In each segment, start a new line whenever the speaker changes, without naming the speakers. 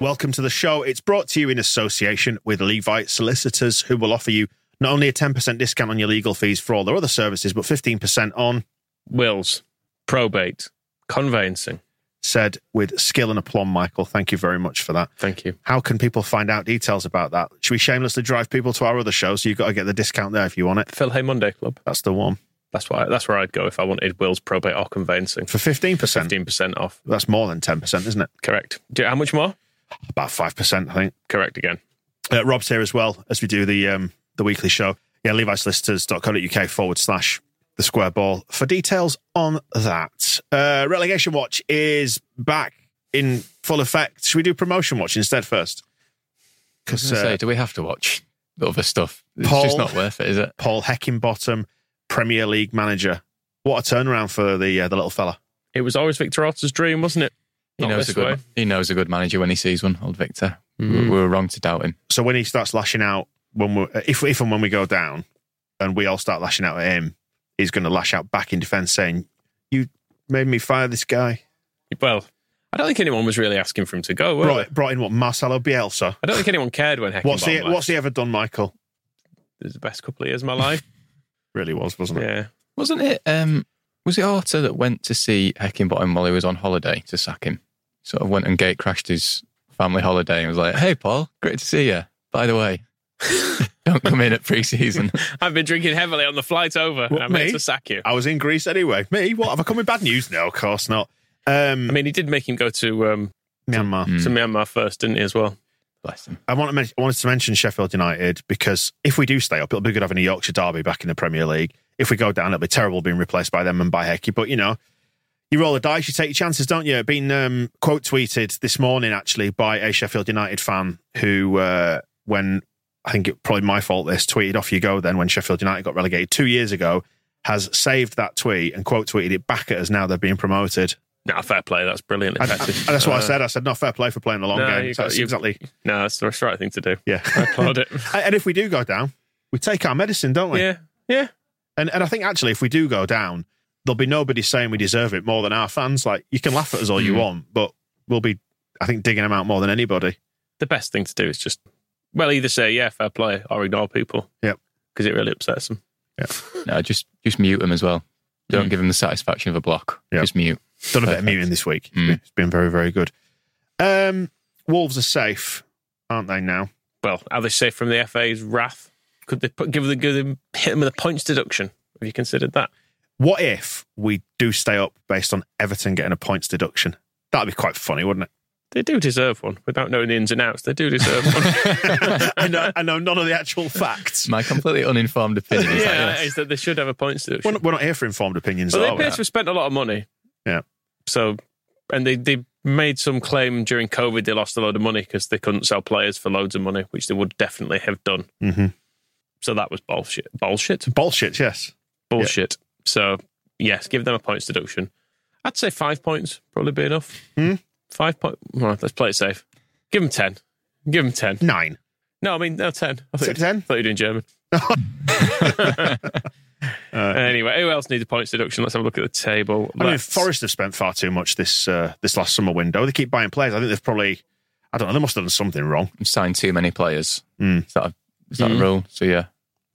Welcome to the show. It's brought to you in association with Levite Solicitors, who will offer you not only a 10% discount on your legal fees for all their other services, but 15% on,
wills, probate, conveyancing.
said with skill and aplomb, Michael. Thank you very much for that.
Thank you.
How can people find out details about that? Should we shamelessly drive people to our other shows? So you've got to get the discount there if you want it.
Phil Hay Monday Club.
That's the one.
That's why. That's where I'd go if I wanted wills, probate, or conveyancing.
For 15%.
Fifteen percent off.
That's more than 10%, isn't it?
Correct. Do, how much more?
About 5%, I think.
Correct again.
Uh, Rob's here as well as we do the um, the weekly show. Yeah, levisolicitors.co.uk forward slash the square ball for details on that. Uh, relegation watch is back in full effect. Should we do promotion watch instead first?
I was
Because
gonna say,
uh,
do we have to watch the other stuff? It's
Paul-
just not worth it, is it?
Paul Heckingbottom, Premier League manager. What a turnaround for the uh, the little fella.
It was always Victor Orta's dream, wasn't it?
He
Not
knows a
this
good.
way.
He knows a good manager when he sees one. Old Victor. We- We were wrong to doubt him.
So when he starts lashing out, when we uh, if if and when we go down, and we all start lashing out at him, he's going to lash out back in defence, saying, "You made me fire this guy."
Well, I don't think anyone was really asking for him to go. Were they?
brought, brought in what Marcelo Bielsa.
I don't think anyone cared when Heckingbottom
What's he?
left.
What's he ever done, Michael?
It was the best couple of years of my life.
Really was, wasn't it?
yeah.
Wasn't it? Um, was it Arta that went to see Heckingbottom while he was on holiday to sack him? Sort of went and gate crashed his family holiday and was like, "Hey, Paul, great to see you. By the way, don't come in at pre-season."
I've been drinking heavily on the flight over, and
What,
I'm here
me? Um,
to sack you.
I was in Greece anyway. Me? What? Have I come with bad news? No, of course not. Um,
I mean, he did make him go to um,
Myanmar.
to Myanmar first, didn't he? As well.
Bless him.
I want to men- I wanted to mention Sheffield United because if we do stay up, it'll be good having a Yorkshire derby back in the Premier League. If we go down, it'll be terrible being replaced by them and by Hecky. But you know, you roll the dice, you take your chances, don't you? Being um, quote tweeted this morning actually by a Sheffield United fan who, uh, when I think it probably my fault, this tweeted off you go. Then when Sheffield United got relegated two years ago, has saved that tweet and quote tweeted it back at us. Now they're being promoted.
No, fair play. That's brilliant.
And, and that's what I said. I said, not fair play for playing the long
Uh, No,
game.
you
So
got-
that's
you-
exactly.
No, that's the right thing to do.
Yeah.
I applaud it.
And and if we do go down, we take our medicine, don't we?
yeah, yeah.
And and I think actually, if we do go down, there'll be nobody saying we deserve it more than our fans. Like you can laugh at us all
Hmm.
you want, but we'll be, I think, digging them out more than anybody.
The best thing to do is just, well, either say yeah, fair play, or ignore people.
Yep.
because it really upsets them.
No, just just mute him as well. Don't give him the satisfaction of a block.
Yeah.
Just mute.
Done a bit of
Perfect.
muting this week.
Hmm.
Mm.
It's been very very good. Um, Wolves are safe, aren't they now?
Well, are they safe from the FA's wrath? Could they put, give the give them hit them with a points deduction? Have you considered that?
What if we do stay up based on Everton getting a points deduction? That'd be quite funny, wouldn't it?
They do deserve one. Without knowing the ins and outs, they do deserve one.
I know, I know none of the actual facts.
My completely uninformed
yeah,
opinion. Is that yes?
is that they should have a points deduction.
We're not, we're not here for informed opinions,
Well, they
are we?
appear to have spent a lot of money.
Yeah.
So, and they, they made some claim during COVID they lost a load of money because they couldn't sell players for loads of money, which they would definitely have done.
Mm-hmm.
So that was bullshit. Bullshit.
Bullshit, yes.
Bullshit. So, yes, give them a points deduction. I'd say five points probably be enough.
Hmm?
Five point. Well, let's play it safe. Give them 10. Give them 10.
Nine.
No, I mean, no, 10. I
Is
thought,
it 10?
I thought you were doing German. anyway, who else needs a points deduction? Let's have a look at the table.
I mean,
Let's-
Forest have spent far too much this uh, this last summer window. They keep buying players. I think they've probably, I don't know, they must have done something wrong.
signed too many players.
Mm.
Is that a, is that a rule? So yeah,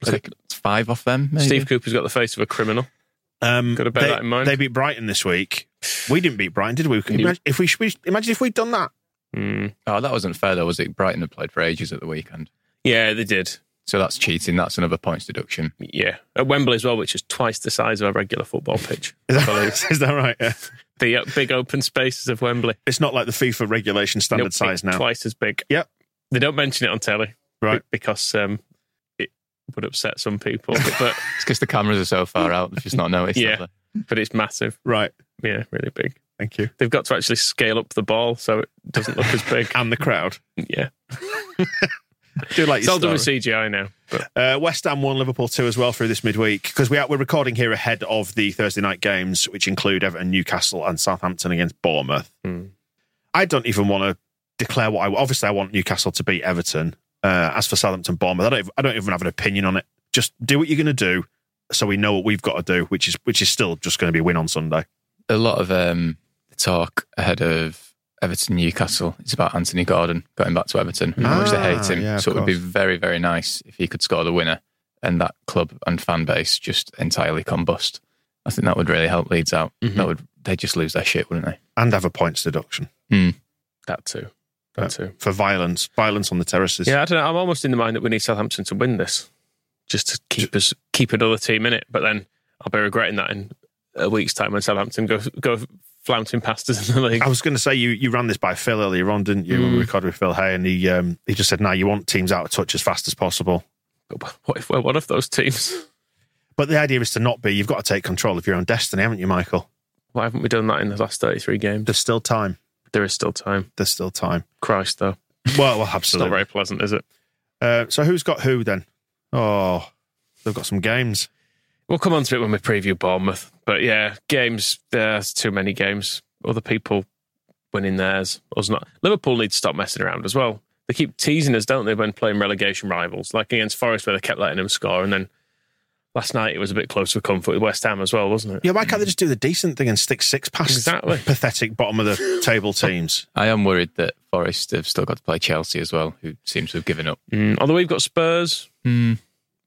So-
Like, it's five off them. Maybe.
Steve Cooper's got the face of a criminal.
Um,
Gotta bear
they,
that in mind.
They beat Brighton this week. We didn't beat Brighton, did we? Imagine if we, should we imagine if we'd done that.
Oh, that wasn't fair though, was it? Brighton had played for ages at the weekend,
Yeah, they did.
so that's cheating. That's another points deduction.
Yeah, at Wembley as well, which is twice the size of a regular football pitch.
Is that, is that right? Yeah.
The uh, big open spaces of Wembley.
It's not like the FIFA regulation standard
Nope,
size now.
Twice as big.
Yep.
They don't mention it on telly
Right.
be- because um, it would upset some people. But
It's because the cameras are so far out, they've just not noticed.
Yeah.
have they?
but it's massive.
Right.
Yeah, really big.
Thank you.
They've got to actually scale up the ball so it doesn't look as big.
And the crowd.
yeah.
Do like
It's all
your
done
story.
with CGI now. But
Uh, West Ham won Liverpool 2 as well through this midweek because we are, we're recording here ahead of the Thursday night games, which include Everton, Newcastle, and Southampton against Bournemouth. I don't even want to declare what I obviously I want Newcastle to beat Everton. Uh, as for Southampton, Bournemouth, I don't, even- I don't even have an opinion on it. Just do what you're going to do, so we know what we've got to do, which is which is still just going to be win on Sunday.
A lot of um, talk ahead of Everton Newcastle is about Anthony Gordon going back to Everton. and How much they hate
Ah,
him.
yeah, of
so it would be very, very nice if he could score the winner and that club and fan base just entirely combust. I think that would really help Leeds out. That would they would just lose their shit, wouldn't they?
And have a points deduction
that too. That too.
for violence, violence on the terraces.
Yeah, I don't know. I'm almost in the mind that we need Southampton to win this, just to keep us keep another team in it. But then I'll be regretting that in a week's time when Southampton go go flouncing past us in the league.
I was going to say you you ran this by Phil earlier on, didn't you? When we recorded with Phil Hay, and he um, he just said, "No, you want teams out of touch as fast as possible."
What if we're one of those teams?
But the idea is to not be. You've got to take control of your own destiny, haven't you, Michael?
Why haven't we done that in the last 33 games?
There's still time.
There is still time.
There's still time.
Christ, though,
Well, well
it's not
absolutely.
very pleasant, is it?
Uh, so who's got who then? Oh, they've got some games.
We'll come on to it when we preview Bournemouth. But yeah, games. There's too many games. Other people winning theirs. Us not. Liverpool need to stop messing around as well. They keep teasing us, don't they, when playing relegation rivals, like against Forest, where they kept letting them score, and then last night it was a bit close for comfort with West Ham as well, wasn't it?
Yeah, why can't they just do the decent thing and stick six past
Exactly.
pathetic bottom of the table teams?
I am worried that Forest have still got to play Chelsea as well, who seems to have given up.
Mm, although we've got Spurs,
Hmm.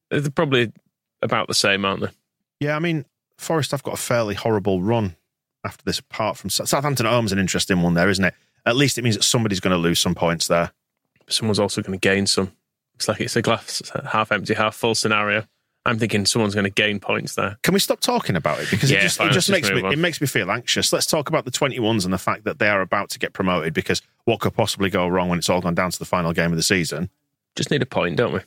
they're probably about the same, aren't they?
Yeah, I mean, Forest have got a fairly horrible run after this, apart from Sou- Southampton at home's an interesting one there, isn't it? At least it means that somebody's going to lose some points there.
someone's also going to gain some. It's like it's a glass half empty, half full scenario. I'm thinking someone's going to gain points there.
Can we stop talking about it? Because
Yeah,
it just,
fine,
it just
let's
makes
just
me
move on.
it makes me feel anxious. Let's talk about the 21s and the fact that they are about to get promoted because what could possibly go wrong when it's all gone down to the final game of the season?
Just need a point, don't we?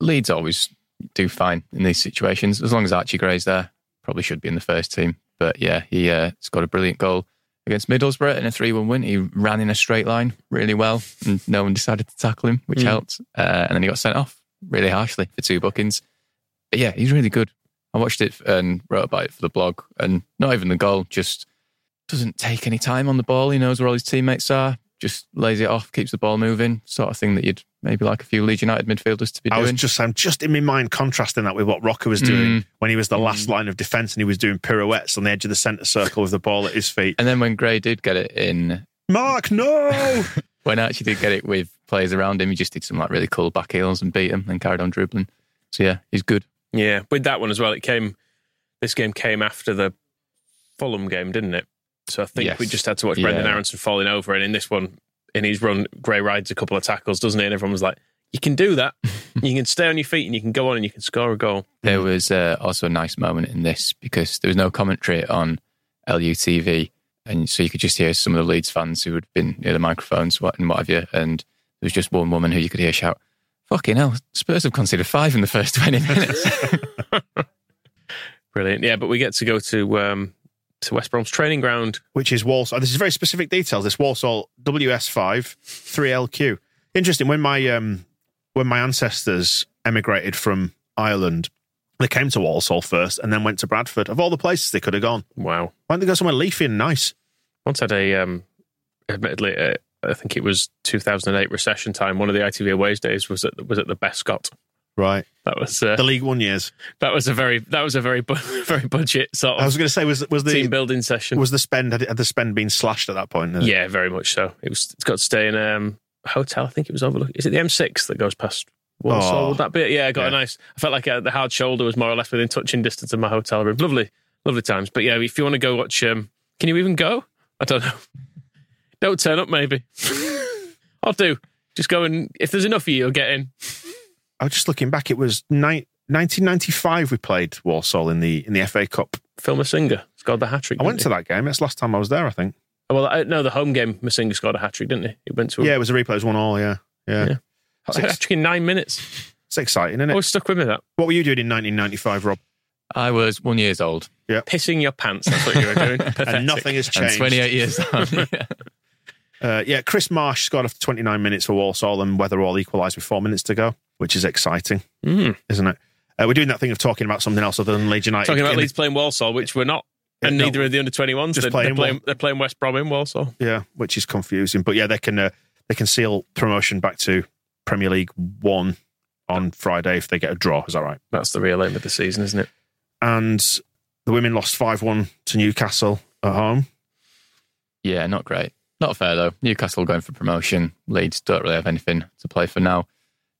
Leeds always do fine in these situations as long as Archie Gray's there. Probably should be in the first team, but yeah, he uh, scored a brilliant goal against Middlesbrough in a three-one win. He ran in a straight line really well, and no one decided to tackle him, which helped. Uh, and then he got sent off really harshly for two bookings. But yeah, he's really good. I watched it and wrote about it for the blog, and not even the goal. Just doesn't take any time on the ball. He knows where all his teammates are. Just lays it off, keeps the ball moving, sort of thing that you'd maybe like a few Leeds United midfielders to be
I
doing.
was just I'm just in my mind contrasting that with what Rocker was
Mm.
doing when he was the last line of defence and he was doing pirouettes on the edge of the centre circle with the ball at his feet.
And then when Gray did get it in,
Mark, no!
when Archie did get it with players around him, he just did some like really cool back heels and beat him and carried on dribbling. So yeah, he's good.
Yeah, with that one as well. It came. This game came after the Fulham game, didn't it? So I think
Yes.
we just had to watch
Yeah.
Brendan Aronson falling over, and in this one, in his run, Gray rides a couple of tackles, doesn't he? And everyone was like, "You can do that. you can stay on your feet, and you can go on, and you can score a goal."
There was uh, also a nice moment in this because there was no commentary on LUTV, and so you could just hear some of the Leeds fans who had been near the microphones what- and what have you. And there was just one woman who you could hear shout, "Fucking hell, Spurs have conceded five in the first twenty minutes."
Brilliant. Yeah, but we get to go to um, to West Brom's training ground
which is Walsall. This is very specific details. This Walsall WS5 3LQ. Interesting. When my um, when my ancestors emigrated from Ireland, they came to Walsall first and then went to Bradford. Of all the places they could have gone,
Wow.
why don't they go somewhere leafy and nice?
Once had a, um, admittedly, uh, I think it was 2008 recession time. One of the ITV Aways days was at was at the Bescott.
Right.
That was uh,
The League One years.
that was a very that was a very bu- very budget sort
I
of
was going to say was was
team
the
building session.
was the spend had, had the spend been slashed at that point? Had it?
yeah, very much so. It was. It's got to stay in um, a hotel. I think it was overlooked. Is it the M6 that goes past? Walsall?
Oh.
Would that be? It? Yeah, I got a
Yeah.
nice. I felt like uh, the hard shoulder was more or less within touching distance of my hotel room. Lovely, lovely times. But yeah, if you want to go watch, um, can you even go? I don't know. Don't turn up, maybe. I'll do. Just go and if there's enough of you, you'll get in.
I was just looking back. It was nine. 1995 we played Walsall in the in the FA Cup.
Phil Masinga scored the hat trick.
I went to that game. That's the last time I was there, I think.
Well, I, no, the home game, Masinga scored a hat trick, didn't he? He went to a
Yeah, it was a replay. It was one all. Yeah, yeah.
Yeah.
That's
hat
ex-
trick in nine minutes.
it's exciting, isn't
I
it?
was stuck with me that.
what were you doing in 1995, Rob?
I was one years old
Pissing your pants. That's what you were doing. Pathetic.
And nothing has
and
changed.
28 years old. Yeah.
Uh, yeah, Chris Marsh scored after 29 minutes for Walsall and Weatherall equalised with four minutes to go, which is exciting,
Mm.
isn't it? Uh, we're doing that thing of talking about something else other than Leeds United.
Talking about
In the-
Leeds playing Walsall, which we're not. And
Yeah, no.
neither are the under 21s.
Just
They're,
playing
they're, playing, they're playing West Brom in Walsall.
Yeah, which is confusing. But yeah, they can uh, they can seal promotion back to Premier League One on Friday if they get a draw. Is that right?
That's the real aim of the season, isn't it?
And the women lost five one to Newcastle at home.
yeah, not great. Not fair, though. Newcastle going for promotion. Leeds don't really have anything to play for now.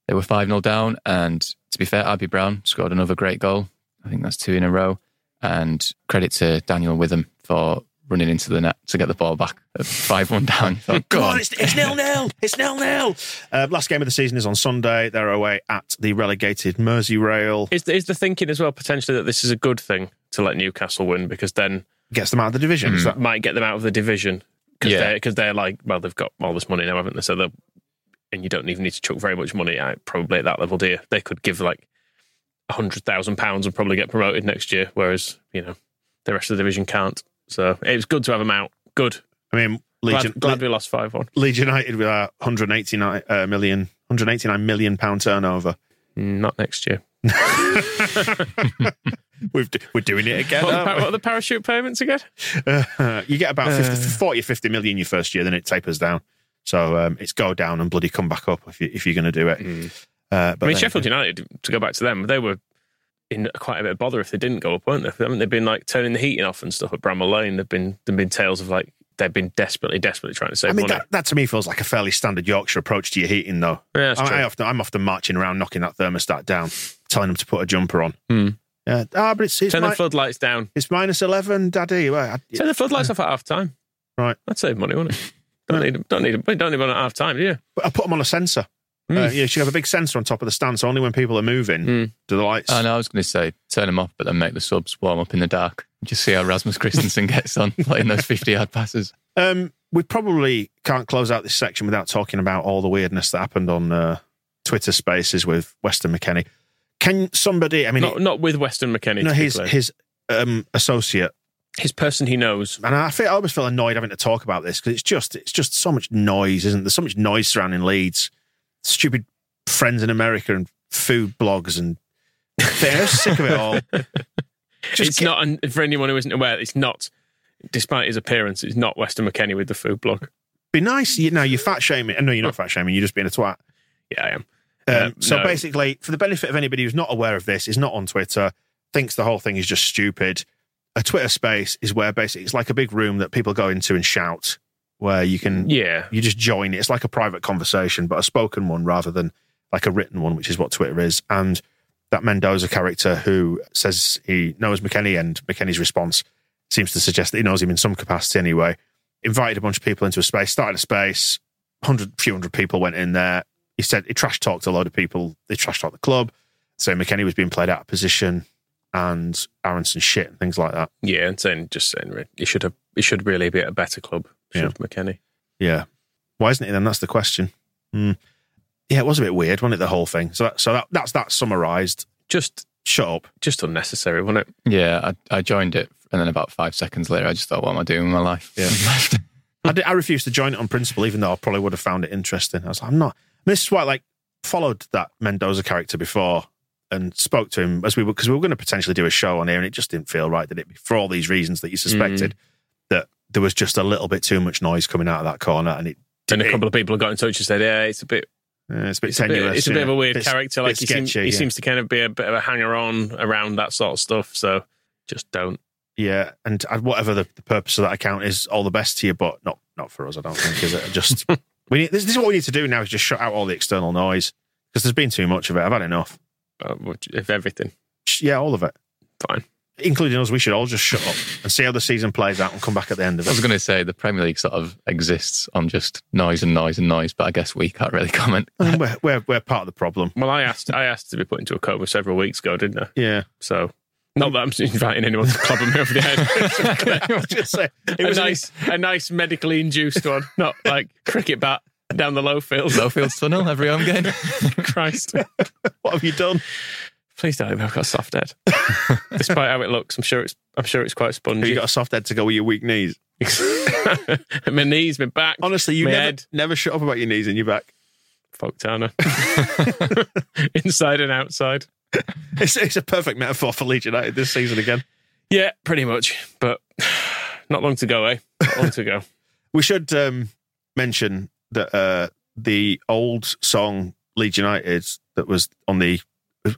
They were 5 0 down. And to be fair, Abby Brown scored another great goal. I think that's two in a row. And credit to Daniel Witham for running into the net to get the ball back at 5 1 down. You thought,
Come on, it's, it's nil nil. It's nil nil. Uh, last game of the season is on Sunday. They're away at the relegated Merseyrail.
Is the, is the thinking as well potentially that this is a good thing to let Newcastle win because then
Gets them out of the division. Is that
that might get them out of the division because
Yeah.
they're because they're like well they've got all this money now haven't they so they and you don't even need to chuck very much money out probably at that level do you they could give like a hundred thousand pounds and probably get promoted next year whereas you know the rest of the division can't so it's good to have them out good
I mean, Leeds,
glad, glad we lost five one
Leeds United with our 189 uh, million, 189 million pound turnover.
not next year
We've, d- we're doing it again.
what, are the, par-
aren't
what are the parachute payments again
we? Uh, you get about 50, 40 or 50 million your first year, then it tapers down. So um, it's go down and bloody come back up if, you, if you're going to do it. Uh, but
Hmm. I mean,
then-
Sheffield United, to go back to them, they were in quite a bit of bother if they didn't go up, weren't they? Haven't they been like turning the heating off and stuff at Bramall Lane? They've been there've been tales of like they've been desperately, desperately trying to
I
save
mean,
money.
that, that to me feels like a fairly standard Yorkshire approach to your heating, though.
Yeah, that's
I,
true.
I often, I'm often marching around, knocking that thermostat down, telling them to put a jumper on.
Hmm.
Yeah. Ah, but it's, it's,
Turn the
mi-
floodlights down.
it's minus 11, Daddy. Well, I-
Turn the floodlights off at half time.
Right.
That'd save money, wouldn't it? Don't need 'em- don't need 'em- we Don't need one at half time, do you?
But I put them on a sensor.
Mm.
Uh, yeah, you should have a big sensor on top of the stand, so only when people are moving
Mm.
do the lights.
I know. I was going to say turn them off, but then make the subs warm up in the dark. Just see how Rasmus Christensen gets on playing those fifty-yard passes.
Um, we probably can't close out this section without talking about all the weirdness that happened on uh, Twitter Spaces with Weston McKennie. Can somebody? I mean,
not not with Weston McKennie.
no,
to be
his
clear.
his um, associate,
his person he knows.
and I feel I always feel annoyed having to talk about this because it's just it's just so much noise, isn't there? So much noise surrounding Leeds, stupid friends in America and food blogs, and they're sick of it all. Just
it's
get-
not, and for anyone who isn't aware, it's not. Despite his appearance, it's not Weston McKennie with the food blog.
be nice. You know, you're fat shaming. No, you're not fat shaming. You're just being a twat.
Yeah, I am.
Um,
Uh,
so
no.
basically, for the benefit of anybody who's not aware of this, is not on Twitter, thinks the whole thing is just stupid. A Twitter space is where basically it's like a big room that people go into and shout, where you can
Yeah,
you just join. it. It's like a private conversation, but a spoken one rather than like a written one, which is what Twitter is. And that Mendoza character who says he knows McKenny and McKenny's response seems to suggest that he knows him in some capacity anyway. Invited a bunch of people into a space, started a space, hundred few hundred people went in there. He said he trash talked a load of people. They trash talked the club. So McKenny was being played out of position and Aronson shit and things like that.
Yeah, and saying just saying re- you should have you should really be at a better club. Should
Yeah.
McKenny?
Yeah. Why isn't it then? That's the question. Hmm. Yeah, it was a bit weird, wasn't it? The whole thing. So, that, so that, that's that summarized.
Just
Shut up.
just unnecessary, wasn't it?
Yeah, I, I joined it, and then about five seconds later, I just thought, "What am I doing with my life?"
Yeah. I, did, I refused to join it on principle, even though I probably would have found it interesting. I was like, I'm not. This is why, I, like, followed that Mendoza character before and spoke to him as we were because we were going to potentially do a show on here, and it just didn't feel right, did it? For all these reasons
Mm.
that you suspected, that there was just a little bit too much noise coming out of that corner, and it.
And a
it-
couple of people got in touch and said, "Yeah, it's a bit,
yeah, it's a bit
it's a
tenuous.
bit, it's a
you
bit of
know,
a weird
bit-
character.
bit
Like he, seem-
sketchy,
he
yeah.
seems to kind of be a bit of a hanger-on around that sort of stuff. So just don't.
Yeah, and I- whatever the, the purpose of that account is, all the best to you, but not not for us. I don't think is it. Just we need, this, this is what we need to do now is just shut out all the external noise because there's been too much of it. I've had enough.
Uh, which- if everything,
Sh- Yeah, all of it.
Fine.
including us, we should all just shut up and see how the season plays out and come back at the end of
I was
it.
going to say the Premier League sort of exists on just noise and noise and noise, but I guess we can't really comment.
I mean, we're, we're, we're part of the problem.
Well, I asked I asked to be put into a coma several weeks ago, didn't I?
Yeah.
So not that I'm inviting anyone to club me over the head.
Just say- it
a
was an-
nice, a nice medically induced one, not like cricket bat down the low field.
Lowfields Tunnel every home game.
Christ,
what have you done?
please don't. I've got a soft head. Despite how it looks, I'm sure it's I'm sure it's quite
Have you
spongy.
got a soft head to go with your weak knees?
my knees, my back.
Honestly, you
my
never,
head.
never shut up about your knees and your back.
Fuck Tana. Inside and outside.
It's, it's a perfect metaphor for Leeds United this season again.
Yeah, pretty much. But not long to go, eh? Not long to go.
We should um, mention that uh, the old song Leeds United that was on the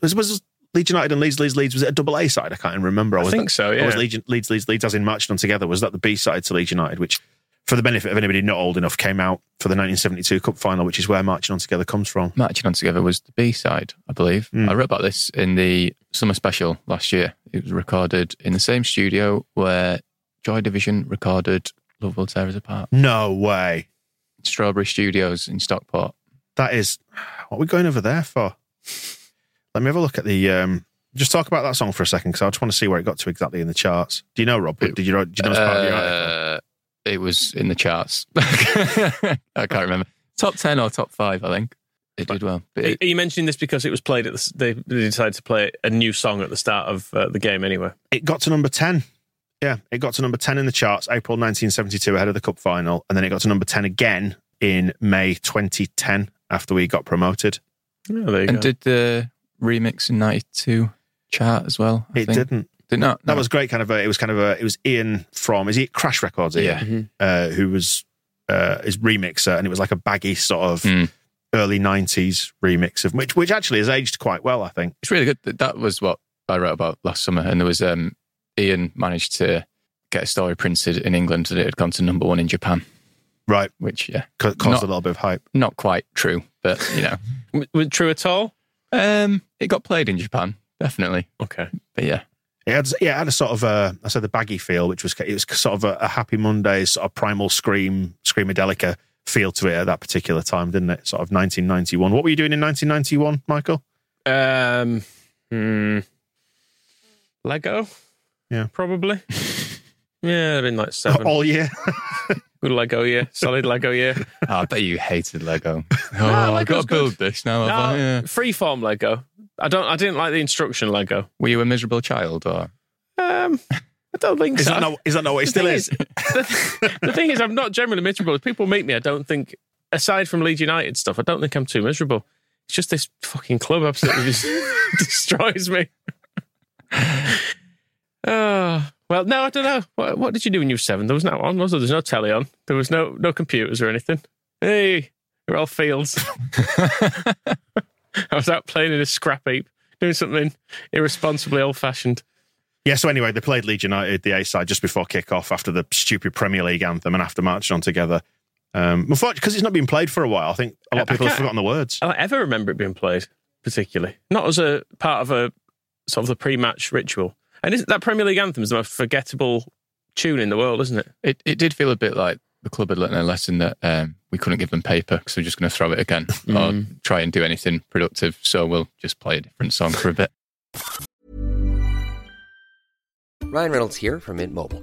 was, was Leeds United and Leeds Leeds Leeds was it a double A side? I can't even remember.
I
was
think
that,
so,
or
yeah.
was Leeds, Leeds Leeds Leeds as in matched on together? Was that the B side to Leeds United, which for the benefit of anybody not old enough, came out for the 1972 Cup final, which is where Marching On Together comes from.
Matching on together was the B side, I believe.
Mm.
I wrote about this in the summer special last year. It was recorded in the same studio where Joy Division recorded Love Will Tear Us Apart.
No way.
Strawberry Studios in Stockport.
That is what are we going over there for? Let me have a look at the. Um, just talk about that song for a second because I just want to see where it got to exactly in the charts. Do you know, Rob? Did you know? Did you know it's part of the article?
Uh, it was in the charts. I can't remember. Top 10 or top 5, I think. It did well. But
Are
it-
you mentioning this because it was played at the, s- they they decided to play a new song at the start of uh, the game anyway?
It got to number ten. Yeah, it got to number ten in the charts, April 1972, ahead of the cup final, and then it got to number ten again in May 2010 after we got promoted.
Oh, there you
and
go.
did the remix in 92 chart as well? I
it
think.
didn't.
Did not?
That
No.
was great. Kind of a. It was kind of a. It was Ian from. Is he Crash Records? Ian?
Yeah.
Mm-hmm.
uh, who was uh, his remixer, and it was like a baggy sort of
Mm.
early '90s remix of which, which actually has aged quite well, I think.
It's really good. That- That was what I wrote about last summer. And there was um, Ian managed to get a story printed in England that it had gone to number one in Japan,
Right,
which, yeah,
ca- caused
Not-
a little bit of hype.
not quite true, but you know,
W- was it true at all?
um, it got played in Japan, definitely.
Okay.
But yeah,
It had, yeah, it had a sort of a, I said the baggy feel, which was it was sort of a, a Happy Mondays sort of primal scream, screamadelica feel to it at that particular time, didn't it? Sort of 1991. What were you doing in 1991, Michael?
Um, hmm,
Yeah.
Lego?
Oh,
Probably. yeah, I've been like seven.
All year.
Good Lego year. Solid Lego year.
Oh, I bet you hated Lego. oh, I've got
Ah, Lego's
to
good. Ah.
build this now. have I? Yeah.
No, freeform Lego. I don't. I didn't like the instruction Lego.
Were you a miserable child or?
Um, I don't think
Is
so.
that not? Is that not what it
The
still
thing
is?
the, the thing is, I'm not generally miserable. If people meet me, I don't think, aside from Leeds United stuff, I don't think I'm too miserable. It's just this fucking club absolutely just destroys me. Oh, well, no, I don't know. What, what did you do when you were seven? There was no on, was there? There's no telly on. There was no no computers or anything. Hey, we're all fields. I was out playing in a scrap heap, doing something irresponsibly old fashioned.
Yeah, so anyway, they played Leeds United, the A side, just before kick-off after the stupid Premier League anthem and after marching on together. Um, unfortunately, because it's not been played for a while, I think a lot of
I
people have
can't-
forgotten the words.
I don't ever remember it being played, particularly not as a part of a sort of the pre-match ritual. And isn't that Premier League anthem is the most forgettable tune in the world, isn't it?
It it did feel a bit like the club had learned a lesson that um, we couldn't give them paper because we're just going to throw it again or try and do anything productive. So we'll just play a different song for a bit.
Ryan Reynolds here from Mint Mobile.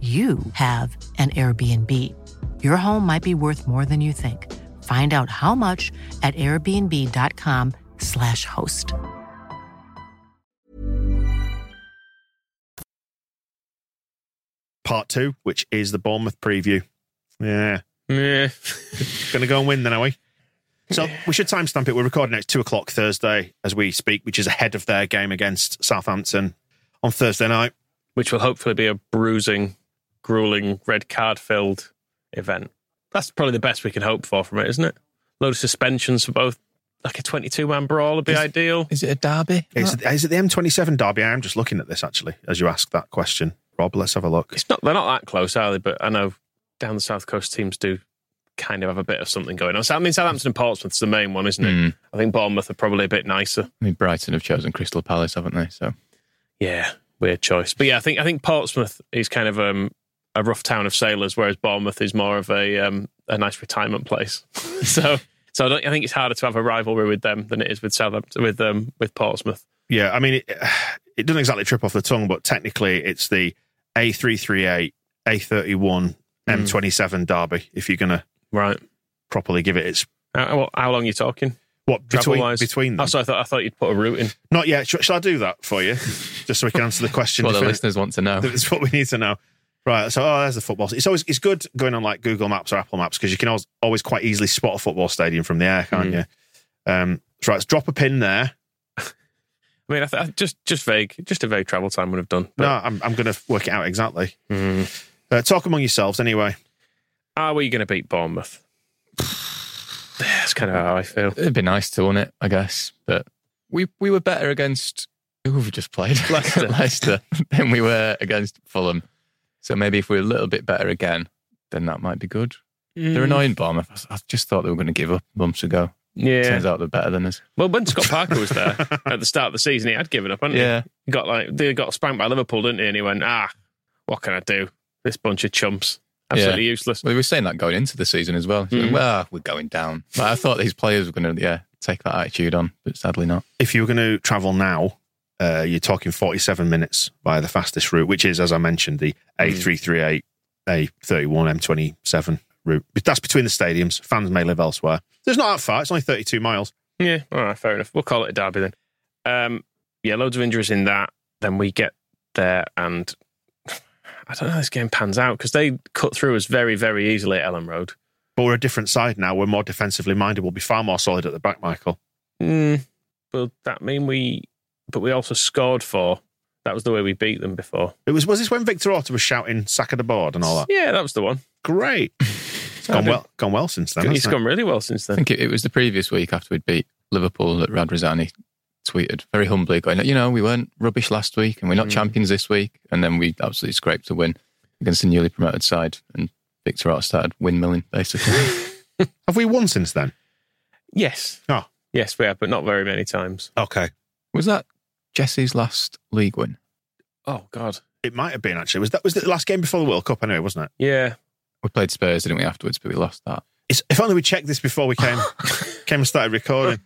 you have an Airbnb. Your home might be worth more than you think. Find out how much at airbnb.com/slash host.
Part two, which is the Bournemouth preview. Yeah.
Yeah.
Gonna go and win then, are we? So we should timestamp it. We're recording it at two o'clock Thursday as we speak, which is ahead of their game against Southampton on Thursday night.
Which will hopefully be a bruising, grueling, red card filled event. That's probably the best we can hope for from it, isn't it? Load of suspensions for both. Like a 22 man brawl would be ideal.
Is it a derby?
Is, it- is it the M27 derby? I am just looking at this actually as you ask that question. Rob, let's have a look.
It's not, they're not that close, are they? But I know down the south coast teams do kind of have a bit of something going on. So, I mean, Southampton and Portsmouth's the main one, isn't it?
Hmm.
Mm.
I think Bournemouth are probably a bit nicer.
I mean, Brighton have chosen Crystal Palace, haven't they? So
Yeah, weird choice. But yeah, I think I think Portsmouth is kind of um, a rough town of sailors, whereas Bournemouth is more of a um, a nice retirement place. so so I, don't, I think it's harder to have a rivalry with them than it is with Southampton with um, with Portsmouth.
Yeah, I mean, it, it doesn't exactly trip off the tongue, but technically it's the A338, A31, M27 derby, if you're going to
Right.
properly give it its.
How, well, how long are you talking?
What, between,
Travel-wise?
between them?
Oh, so I thought I thought you'd put a route in.
Not yet. Shall, shall I do that for you? Just so we can answer the question.
what the
defini-
listeners want to know.
That's what we need to know. Right. So, oh, there's the football. It's always it's good going on like Google Maps or Apple Maps because you can always, always quite easily spot a football stadium from the air, can't you? Um, so, right, let's drop a pin there.
I mean, I th- I just just vague, just a vague travel time would have done.
No,
But
I'm, I'm going to work it out exactly. Uh, talk among yourselves anyway.
Are we going to beat Bournemouth? That's kind of how I feel.
It'd be nice to win it, I guess. But we we were better against who have we just played?
Leicester.
Leicester than we were against Fulham. So maybe if we're a little bit better again, then that might be good. They're annoying Bournemouth. I s- I just thought they were going to give up months ago.
Yeah.
Turns out they're better than us.
Well, when Scott Parker was there at the start of the season, he had given up, hadn't
Yeah.
he? Got like they got spanked by Liverpool, didn't he? And he went, "Ah, what can I do? This bunch of chumps, absolutely useless."
Well, they were saying that going into the season as well. So,
Mhm.
Well, we're going down. But I thought these players were going to yeah take that attitude on, but sadly not.
If you were going to travel now, uh, you're talking 47 minutes by the fastest route, which is, as I mentioned, the A338, A31, M27 route. But That's between the stadiums. Fans may live elsewhere. So it's not that far. It's only 32 miles.
Yeah, all right, fair enough. We'll call it a derby then. Um, yeah, loads of injuries in that. Then we get there, and I don't know how this game pans out because they cut through us very, very easily at Ellen Road.
But we're a different side now. We're more defensively minded. We'll be far more solid at the back, Michael.
Mm. Will that mean we? But we also scored four. That was the way we beat them before.
It was was this when Victor Orta was shouting "sack of the board" and all that?
Yeah, that was the one.
Great. It's gone well. Gone well since then.
He's
hasn't it?
gone really well since
I
then.
think it, it was the previous week after we'd beat Liverpool that Rad Rosani tweeted very humbly, going, "You know, we weren't rubbish last week, and we're not champions this week, and then we absolutely scraped a win against a newly promoted side." And Victor Art started windmilling basically.
Have we won since then?
Yes.
Oh.
Yes, we have, but not very many times.
Okay.
was that Jesse's last league win?
Oh God.
It might have been actually. Was that was the last game before the World Cup? Anyway, wasn't it?
Yeah.
We played Spurs, didn't we? Afterwards, but we lost that.
It's, if only we checked this before we came came and started recording.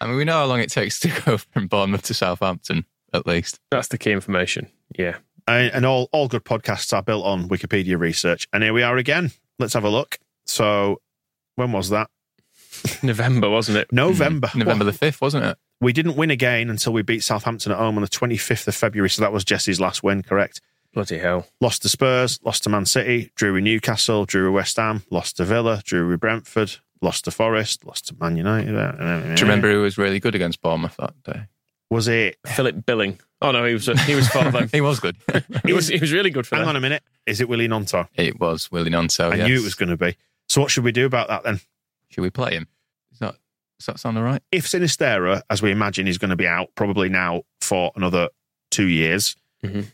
I mean, we know how long it takes to go from Bournemouth to Southampton, at least.
That's the key information. Yeah.
And, and all all good podcasts are built on Wikipedia research. And here we are again. Let's have a look. So, when was that?
November, wasn't it?
November.
Mm-hmm. November
Well,
the fifth, wasn't it?
we didn't win again until we beat Southampton at home on the 25th of February. So that was Jesse's last win, correct?
Bloody hell.
Lost to Spurs, lost to Man City, drew with Newcastle, drew with West Ham, lost to Villa, drew with Brentford, lost to Forest, lost to Man United.
Do you remember who was really good against Bournemouth that day?
Was it?
Philip Billing. Oh no, he was he was for them.
he was good.
He was he was really good for
Hang
them.
on a minute. Is it Willie Nonto?
it was Willie Nonto.
I
Oh, yes.
knew it was going to be. So what should we do about that then?
Should we play him? Is that, does that sound all right?
If Sinistera, as we imagine, is going to be out probably now for another two years,
Mhm.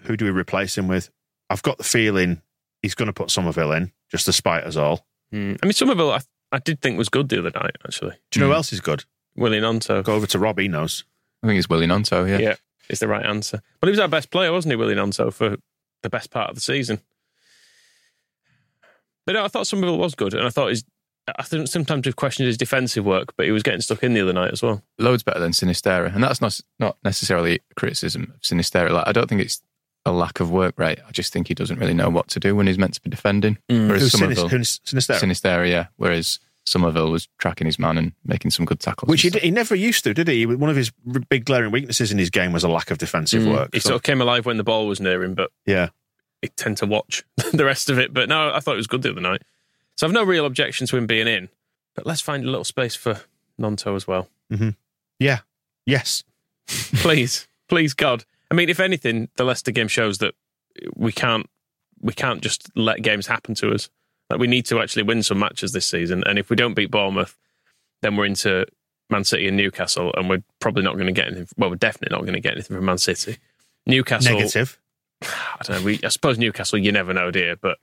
who do we replace him with? I've got the feeling he's going to put Somerville in just to spite us all.
Mm. I mean, Somerville, I, I did think was good the other night, actually.
Do you know who else is good?
Willie Nonto.
Go over to Rob, he knows.
I think it's Willie Nonto, yeah.
Yeah, is the right answer. But he was our best player, wasn't he, Willie Nonto, for the best part of the season? But no, I thought Somerville was good, and I thought his. I think sometimes we've questioned his defensive work, but he was getting stuck in the other night as well.
Loads better than Sinistera. And that's not not necessarily a criticism of Sinistera. Like, I don't think it's a lack of work rate. I just think he doesn't really know what to do when he's meant to be defending.
Mm. Who's
Whereas
Sinis-
Somerville,
who's Sinistera?
Sinistera, yeah. Whereas Somerville was tracking his man and making some good tackles.
Which he,
and
d- he never used to, did he? One of his r- big glaring weaknesses in his game was a lack of defensive
Mm.
work.
He sort of came alive when the ball was near him, but
yeah.
he tend to watch the rest of it. But no, I thought it was good the other night. So I've no real objection to him being in. But let's find a little space for Nonto as well.
Yeah. Yes.
please, please, God. I mean, if anything, the Leicester game shows that we can't we can't just let games happen to us. Like we need to actually win some matches this season, and if we don't beat Bournemouth, then we're into Man City and Newcastle, and we're probably not going to get anything. Well, we're definitely not going to get anything from Man City. Newcastle,
Negative.
I don't know. We, I suppose Newcastle, you never know, dear, but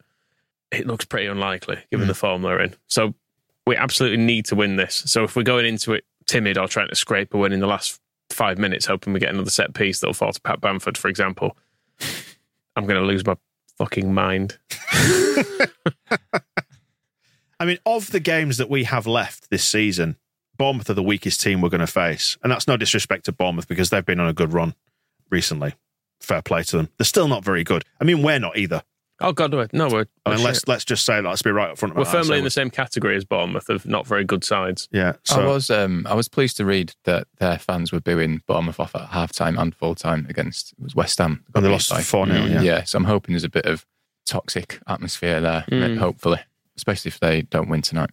it looks pretty unlikely given the form they're in. So we absolutely need to win this. So if we're going into it timid or trying to scrape a win in the last five minutes, hoping we get another set piece that'll fall to Pat Bamford, for example, I'm going to lose my fucking mind.
I mean, of the games that we have left this season, Bournemouth are the weakest team we're going to face. And that's no disrespect to Bournemouth because they've been on a good run recently. Fair play to them. They're still not very good. I mean, we're not either.
Oh God, no, no, we're
I mean, let's, let's just say that. Let's be right up front about
we're
that.
firmly
So-
in the same category as Bournemouth of not very good sides.
Yeah. So,
I was um, I was pleased to read that their fans were booing Bournemouth off at half time and full time against it was West Ham.
And they lost
Like,
4-0,
mm,
yeah.
so I'm hoping there's a bit of toxic atmosphere there,
Mm.
hopefully, especially if they don't win tonight.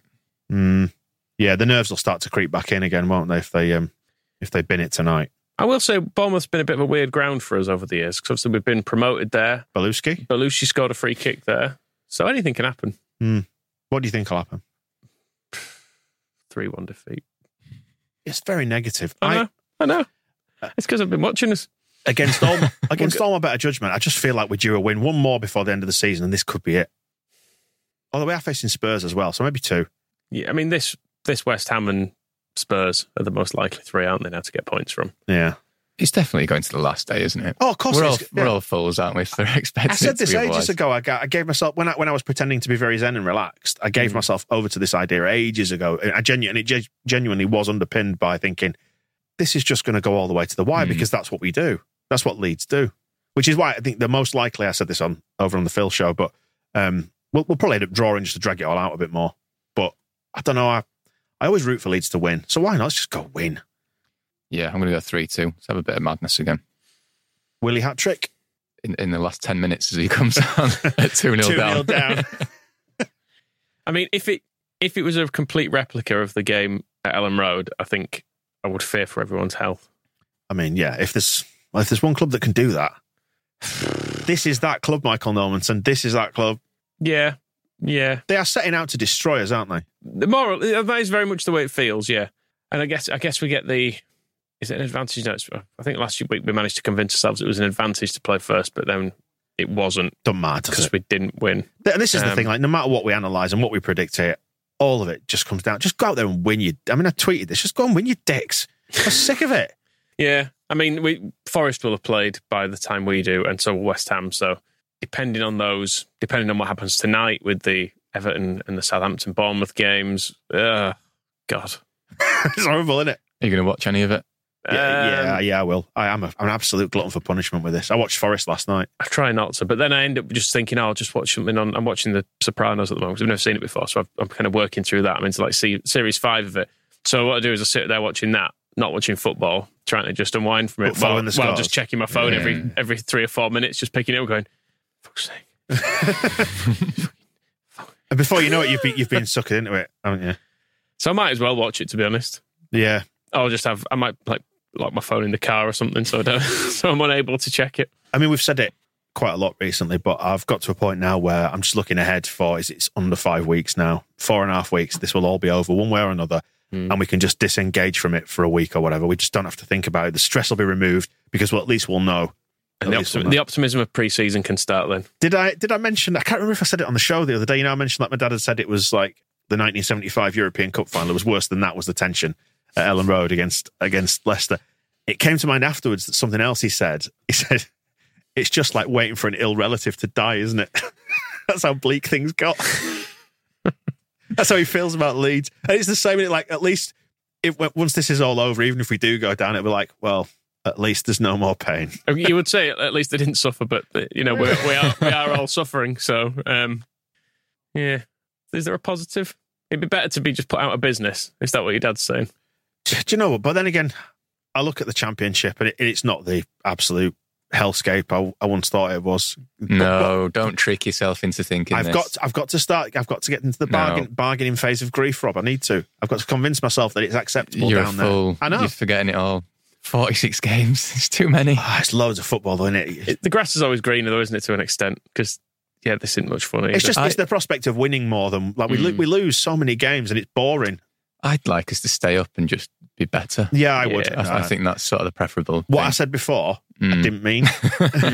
Mm. yeah, the nerves will start to creep back in again, won't they? If they um, if they bin it tonight,
I will say Bournemouth's been a bit of a weird ground for us over the years because obviously we've been promoted there.
Beluski.
Belushi scored a free kick there, so anything can happen.
Mm. What do you think will happen?
three one defeat.
It's very negative.
I
I,
know, I know. It's because I've been watching us.
against all against all my better judgment, I just feel like we're due a win, one more before the end of the season, and this could be it. Although we are facing Spurs as well, so maybe two.
Yeah, I mean this this West Ham and Spurs are the most likely three, aren't they? Now to get points from.
Yeah.
It's definitely going to the last day, isn't it?
Oh, of course.
we're
it
all
is.
we're
Yeah.
all fools, aren't we? For expecting
I
it
said
to
this
be
ages
otherwise.
ago. I, ga- I gave myself when I when I was pretending to be very zen and relaxed. I
Mm.
gave myself over to this idea ages ago. And I genuinely, it ge- genuinely was underpinned by thinking this is just going to go all the way to the wire
Mm.
because that's what we do. That's what Leeds do, which is why I think the most likely. I said this on over on the Phil show, but um, we'll, we'll probably end up drawing just to drag it all out a bit more. But I don't know. I I always root for Leeds to win, so why not? Let's just go win.
Yeah, I'm going to go three two. Let's have a bit of madness again.
Willie hat trick.
In, in the last ten minutes, as he comes on at two 0
Two nil
down.
down.
I mean, if it if it was a complete replica of the game at Ellen Road, I think I would fear for everyone's health.
I mean, yeah, if there's well, if there's one club that can do that, this is that club, Michael Normanson. This is that club.
Yeah, yeah.
They are setting out to destroy us, aren't they?
The moral uh, that is very much the way it feels. Yeah, and I guess I guess we get the. Is it an advantage? No, it's, I think last week we managed to convince ourselves it was an advantage to play first, but then it wasn't
Don't matter. does
because
it?
we didn't win.
And this is the
um,
thing. Like, no matter what we analyze and what we predict here, all of it just comes down. Just go out there and win. You. I mean, I tweeted this. Just go and win your dicks. I'm sick of it.
Yeah, I mean, we Forest will have played by the time we do, and so will West Ham. So, depending on those, depending on what happens tonight with the Everton and the Southampton Bournemouth games, uh, God,
it's horrible, isn't it?
Are you going to watch any of it?
Yeah,
Um,
yeah, yeah. I will. I am. A, I'm an absolute glutton for punishment with this. I watched Forest last night.
I try not to, but then I end up just thinking, oh, I'll just watch something on. I'm watching The Sopranos at the moment 'cause I've never seen it before, so I've, I'm kind of working through that. I'm into like se- series five of it. So what I do is I sit there watching that, not watching football, trying to just unwind from it,
But following
while,
the
while
scores.
just checking my phone
Yeah.
every every three or four minutes, just picking it up, going, fuck's sake.
And before you know it, you've been, you've been suckered into it, haven't you?
So I might as well watch it to be honest.
Yeah.
I'll just have I might like lock my phone in the car or something so I don't so I'm unable to check it.
I mean, we've said it quite a lot recently, but I've got to a point now where I'm just looking ahead for is it's under five weeks now, four and a half weeks. This will all be over one way or another, and we can just disengage from it for a week or whatever. We just don't have to think about it. The stress will be removed because well, at least we'll know
And the, optim- the optimism of preseason can start then.
Did I did I mention? I can't remember if I said it on the show the other day. You know, I mentioned that my dad had said it was like the 1975 European Cup final. It was worse than that. Was the tension at Ellen Road against against Leicester? It came to mind afterwards that something else he said. He said, "It's just like waiting for an ill relative to die, isn't it?" That's how bleak things got. That's how he feels about Leeds, and it's the same. in It like at least if once this is all over, even if we do go down, it'll be like, well, at least there's no more pain.
you would say at least they didn't suffer, but uh, you know we're, we are we are all suffering. So um, yeah, is there a positive? It'd be better to be just put out of business. Is that what your dad's saying?
Do you know what? But then again, I look at the championship, and it, it's not the absolute hellscape I, I once thought it was.
No, don't trick yourself into thinking.
I've
this.
got I've got to start. I've got to get into the
No.
bargain, bargaining phase of grief, Rob. I need to. I've got to convince myself that it's acceptable
You're a
down
fool.
there. I know.
You're forgetting it all. Forty-six games. It's too many.
Ah, it's loads of football, though, isn't it?
It- the grass is always greener, though, isn't it? To an extent, because yeah, this isn't much fun. Either.
It's just
I-
it's the prospect of winning more than like we lo-
Mm.
we lose so many games and it's boring.
I'd like us to stay up and just be better.
Yeah, I would.
Yeah,
I, I think that's sort of the preferable.
what
thing.
I said before, I
Mm.
didn't mean.
Hmm.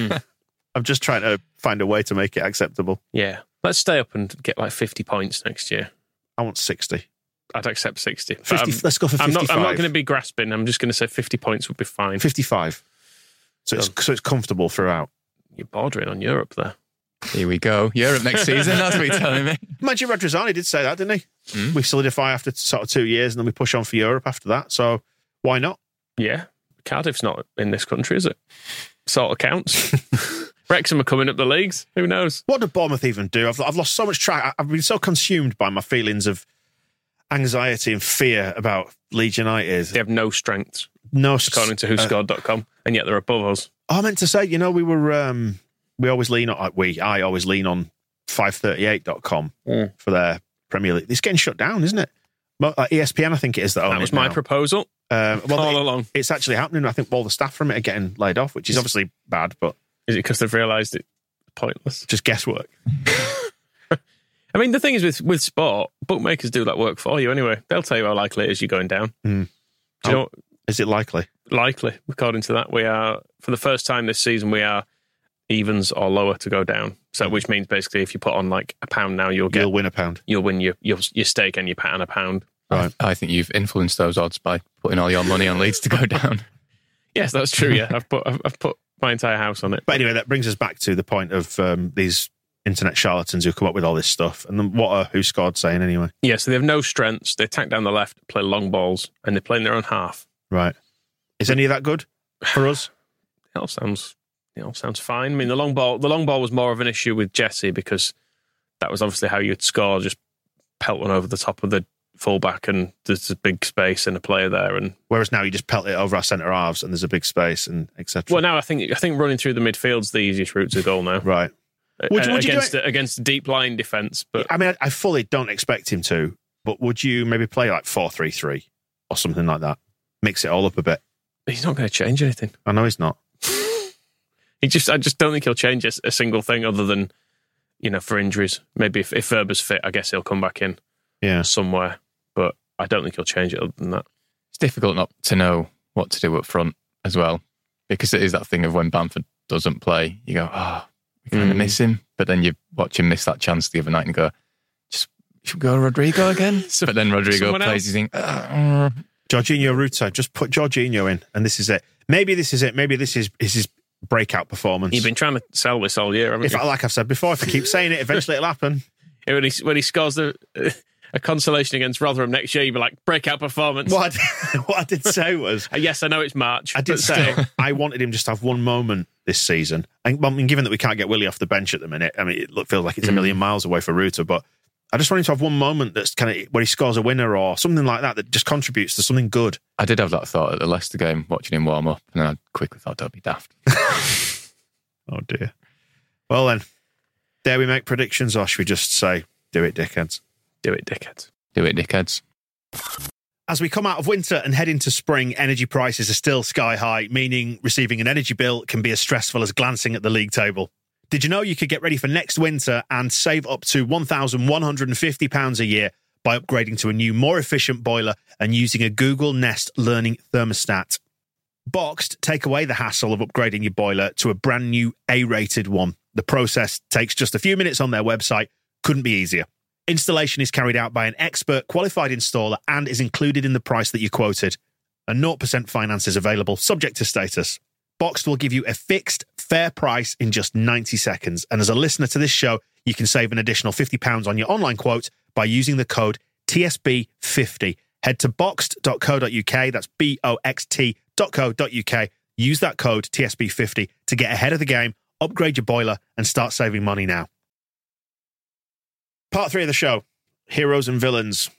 I'm just trying to find a way to make it acceptable.
yeah. Let's stay up and get like fifty points next year.
I want 60.
I'd accept sixty. but
50
I'm-
let's go for 55.
I'm not. I'm not going to be grasping. I'm just going to say fifty points would be fine.
55. So it's so it's comfortable throughout.
You're bordering on Europe there.
Here we go. Europe next season. That's what you're telling me.
Imagine Radrazani did say that, didn't he?
Mm.
We solidify after sort of two years and then we push on for Europe after that. So why not?
Yeah, Cardiff's not in this country, is it? Sort of counts. Wrexham are coming up the leagues. Who knows?
What did Bournemouth even do? I've, I've lost so much track. I- I've been so consumed by my feelings of anxiety and fear about Leeds United.
They have no strengths,
No, s-
according to
uh,
whoscored.com, and yet they're above us.
I meant to say, you know, we were um we always lean on like we I always lean on 538.com
Mm.
for their Premier League. It's getting shut down, isn't it? But uh, ESPN, I think it is that.
That was my proposal
um,
all
well, it-
along.
it's actually happening. I think all the staff from it are getting laid off, which is obviously bad, but
Is it because they've realised it's pointless?
just guesswork.
I mean, the thing is with, with sport, bookmakers do that work for you anyway. They'll tell you how likely it is you're going down.
Mm.
Do you know what?
Is it likely?
Likely, according to that, we are, for the first time this season, we are evens or lower to go down. So, which means basically if you put on like a pound now, Mm. you'll get
You'll win a pound.
you'll win your your, your stake and your pat and a pound.
Right.
I think you've influenced those odds by putting all your money on Leeds to go down.
Yes, that's true. Yeah, I've put I've, I've put my entire house on it.
But anyway, that brings us back to the point of um, these internet charlatans who come up with all this stuff. And then what are who scored saying anyway?
yeah, so they have no strengths. They attack down the left, play long balls, and they play in their own half.
Right. Is any of that good for us?
It all sounds it all sounds fine. I mean, the long ball the long ball was more of an issue with Jesse because that was obviously how you'd score, just pelt one over the top of the fullback, and there's a big space and a player there. And
Whereas now you just pelt it over our centre halves and there's a big space and etc.
well, now I think I think running through the midfield's the easiest route to goal now.
right. Would you- would you do
against
it-
a- against a deep line defense, but
I mean, I, I fully don't expect him to, but would you maybe play like four three three or something like that? Mix it all up a bit.
he's not going to change anything.
I know he's not.
He just, I just don't think he'll change a, s- a single thing other than, you know, for injuries. Maybe if, if Ferber's fit, I guess he'll come back in
Yeah.
somewhere. But I don't think he'll change it other than that.
It's difficult not to know what to do up front as well, because it is that thing of when Bamford doesn't play, you go, oh, we kind of
Mm.
miss him. But then you watch him miss that chance the other night and go, just should we go Rodrigo again. but then Rodrigo
someone
plays,
else.
you think, "Ah, mm."
Jorginho Ruto, just put Jorginho in and this is it. Maybe this is it. Maybe this is, is his breakout performance.
You've been trying to sell this all year, haven't
if,
you?
I- like I've said before, if I keep saying it, eventually it'll happen.
when, he, when he scores the, a consolation against Rotherham next year, you'd be like, breakout performance.
What I, did- what I did say was
Uh, yes, I know it's March.
I did
but
say
still.
I wanted him just to have one moment this season. And I mean, given that we can't get Willie off the bench at the minute, I mean, it look- feels like it's a
Mm.
million miles away for Ruta, but I just want him to have one moment that's kind of where he scores a winner or something like that that just contributes to something good.
I did have that thought at the Leicester game, watching him warm up, and then I quickly thought, don't be daft.
Oh dear. Well then, dare we make predictions, or should we just say, "Do it, dickheads"?
do it, dickhead.
Do it, dickheads.
As we come out of winter and head into spring, energy prices are still sky high, meaning receiving an energy bill can be as stressful as glancing at the league table. Did you know you could get ready for next winter and save up to £1,150 a year by upgrading to a new, more efficient boiler and using a Google Nest learning thermostat? Boxed take away the hassle of upgrading your boiler to a brand new A-rated one. The process takes just a few minutes on their website. Couldn't be easier. Installation is carried out by an expert qualified installer and is included in the price that you quoted. A 0% finance is available, subject to status. Boxed will give you a fixed, fair price in just 90 seconds. And as a listener to this show, you can save an additional £50 on your online quote by using the code TSB50. Head to boxed.co.uk, that's B O X T.co.uk. Use that code TSB50 to get ahead of the game, upgrade your boiler, and start saving money now. Part three of the show Heroes and Villains.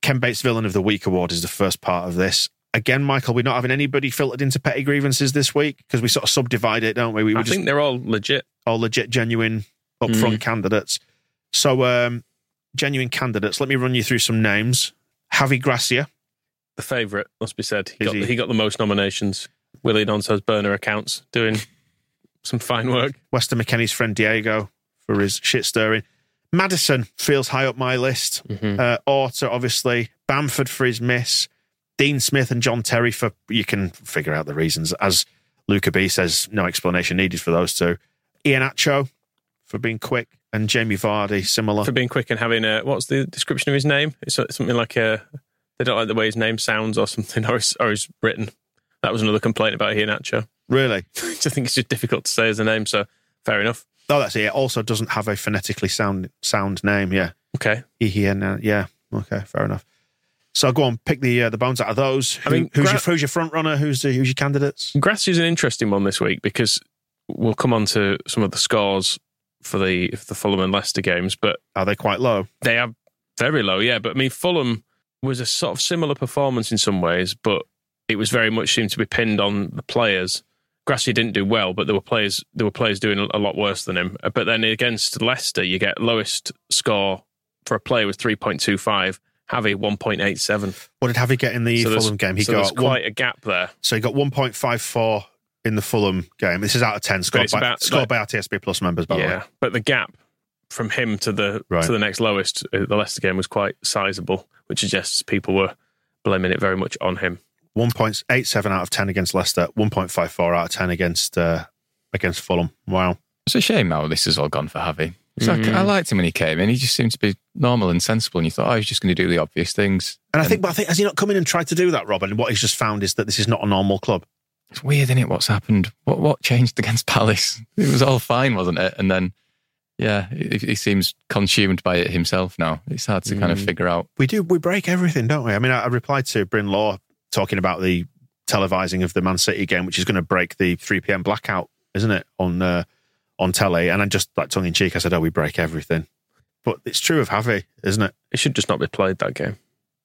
Ken Bates Villain of the Week award is the first part of this. Again, Michael, we're not having anybody filtered into petty grievances this week because we sort of subdivide it, don't we? We
I
were just
think Mm-hmm. they're all legit.
all legit, genuine, upfront candidates. So, um, genuine candidates. Let me run you through some names. Javi Gracia.
The favourite, must be said. He
Is
got,
he?
he got the most nominations. Willie Nonso's burner accounts doing some fine work.
Weston McKenney's friend Diego for his shit stirring. Madison feels high up my list. Uh, Orta, obviously. Bamford for his miss. Dean Smith and John Terry for, you can figure out the reasons. As Luca B says, no explanation needed for those two. Ian Acho for being quick and Jamie Vardy, similar.
for being quick and having a what's the description of his name? It's so- something like a they don't like the way his name sounds or something or is, or is written. That was another complaint about Ian Acho.
really?
I think it's just difficult to say as a name. So fair enough.
Oh, that's it. It also doesn't have a phonetically sound sound name. Yeah.
Okay.
Yeah, no, uh, yeah. Okay, fair enough. So go on, pick the uh, the bones out of those. Who,
I mean,
who's
Gra-
your who's your front runner? Who's the, who's your candidates?
Grass is an interesting one this week because we'll come on to some of the scores for the for the Fulham and Leicester games, but
Are they quite low?
they are very low. Yeah, but I mean Fulham was a sort of similar performance in some ways, but it was very much seemed to be pinned on the players. Grassy didn't do well, but there were players there were players doing a lot worse than him. Uh, But then against Leicester, you get lowest score for a player was three point two five. Javi one point eight seven.
What did Javi get in the
there's-
Fulham game? He
so there's
got one,
quite a gap there.
so he got one point five four in the Fulham game. This is out of ten, scored
it's
by
about-
scored by RTSB plus members. By the
yeah,
way,
but the gap from him to the
Right.
to the next lowest, uh, the Leicester game was quite sizable, which suggests people were blaming it very much on him.
one point eight seven out of ten against Leicester. One point five four out of ten against uh, against Fulham. Wow.
It's a shame how this has all gone for Javi. It's like, I liked him when he came in. He just seemed to be normal and sensible, and you thought, oh, he's just going to do the obvious things.
And I think, but I think, has he not come in and tried to do that, Robin? And what he's just found is that this is not a normal club.
It's weird, isn't it? What's happened? What what changed against Palace? It was all fine, wasn't it? And then, yeah, he, he seems consumed by it himself now. It's hard to kind of figure out.
We do. We break everything, don't we? I mean, I, I replied to Bryn Law talking about the televising of the Man City game, which is going to break the 3 p.m. blackout, isn't it, on uh, on telly? And I just like tongue in cheek, I said, "Oh, we break everything," but it's true of Javi, isn't it?
It should just not be played that game.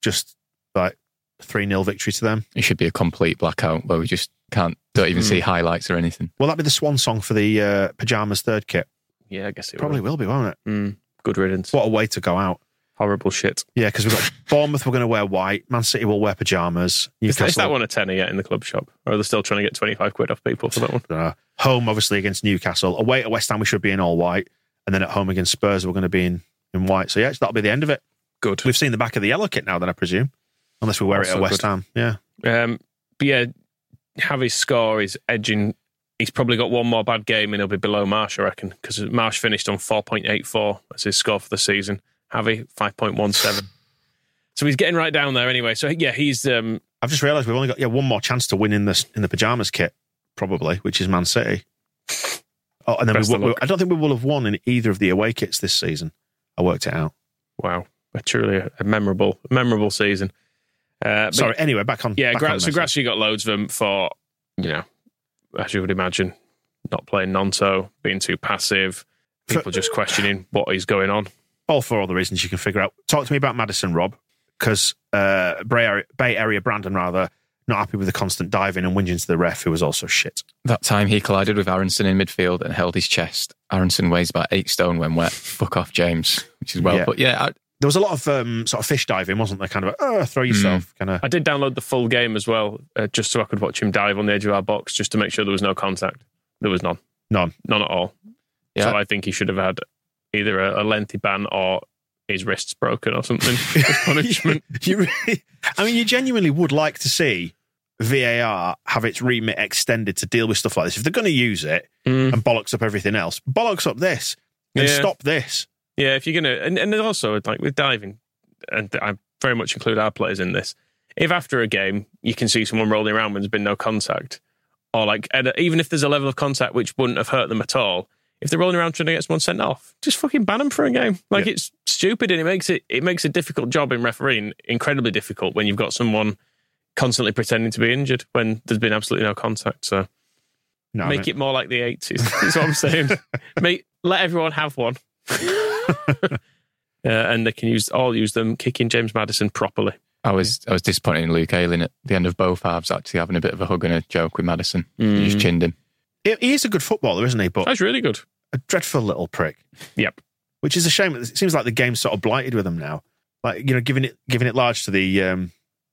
Just like three 0 victory to them.
It should be a complete blackout where we just can't, don't even see highlights or anything.
Will that be the swan song for the uh, pajamas third kit?
Yeah, I guess it
Probably
Will.
will be, won't it?
Mm, good riddance.
What a way to go out!
Horrible shit.
Yeah, because we've got Bournemouth. We're going to wear white. Man City will wear pajamas.
Is that, is that one a tenner yet in the club shop? Or are they still trying to get 25 quid off people for that one?
Uh, home, obviously, against Newcastle. Away at West Ham, we should be in all white. And then at home against Spurs, we're going to be in, in white. So, yeah, that'll be the end of it.
Good.
We've seen the back of the yellow kit now, then, I presume. Unless we wear it
Also
at West
good. Um,
Ham. Yeah.
but yeah, Javi's score is edging. He's probably got one more bad game and he'll be below Marsh, I reckon, because Marsh finished on 4.84 as his score for the season. Javi, 5.17. so he's getting right down there anyway. So yeah, he's. um
I've just realised we've only got yeah one more chance to win in this in the pajamas kit, probably, which is Man City. Oh, and then we,
Best of
will- we,
luck.
I don't think we will have won in either of the away kits this season. I worked it out.
Uh, Wow. A truly a memorable, memorable season. Uh, but-
Sorry. Anyway, back on.
Yeah,
back
Gra-
on
so
message.
Grassy got loads of them for, you know, as you would imagine, not playing Nonto, being too passive,
For-
people just questioning what is going on.
all for all the reasons you can figure out. Talk to me about Madison, Rob, because uh, Bay, Area, Bay Area Brandon rather not happy with the constant diving and whinging to the ref, who was also shit.
That time he collided with Aronson in midfield and held his chest. Aronson weighs about eight stone when wet. Fuck off, James, which is well.
Yeah.
But yeah, I,
There was a lot of um, sort of fish diving, wasn't there? Kind of, oh, throw
Mm.
yourself, kind of.
I did download the full game as well, uh, just so I could watch him dive on the edge of our box, just to make sure there was no contact. There was none,
None.
none at all.
Yeah.
So I think he should have had either a, a lengthy ban or his wrists broken or something as punishment.
you really, I mean, you genuinely would like to see VAR have its remit extended to deal with stuff like this. If they're going to use it and bollocks up everything else, bollocks up this and
Mm. Yeah.
stop this.
Yeah, if you're gonna, and, and then also like with diving, and I very much include our players in this. If after a game you can see someone rolling around when there's been no contact, or like and uh, even if there's a level of contact which wouldn't have hurt them at all, if they're rolling around trying to get someone sent off, just fucking ban them for a game. Like
Yeah.
it's stupid, and it makes it it makes a difficult job in refereeing incredibly difficult when you've got someone constantly pretending to be injured when there's been absolutely no contact. So
No, I
make
mean-
it more like the 80s. That's what I'm saying. Make, let everyone have one. Uh, and they can use all use them kicking James Madison properly.
I was I was disappointed in Luke Ayling at the end of both halves actually having a bit of a hug and a joke with Madison. He just chinned him.
He- He is a good footballer, isn't he? But
That's really good.
a dreadful little prick.
Yep.
Which is a shame. It seems like the game's sort of blighted with him now. Like you know, giving it giving it large to the um,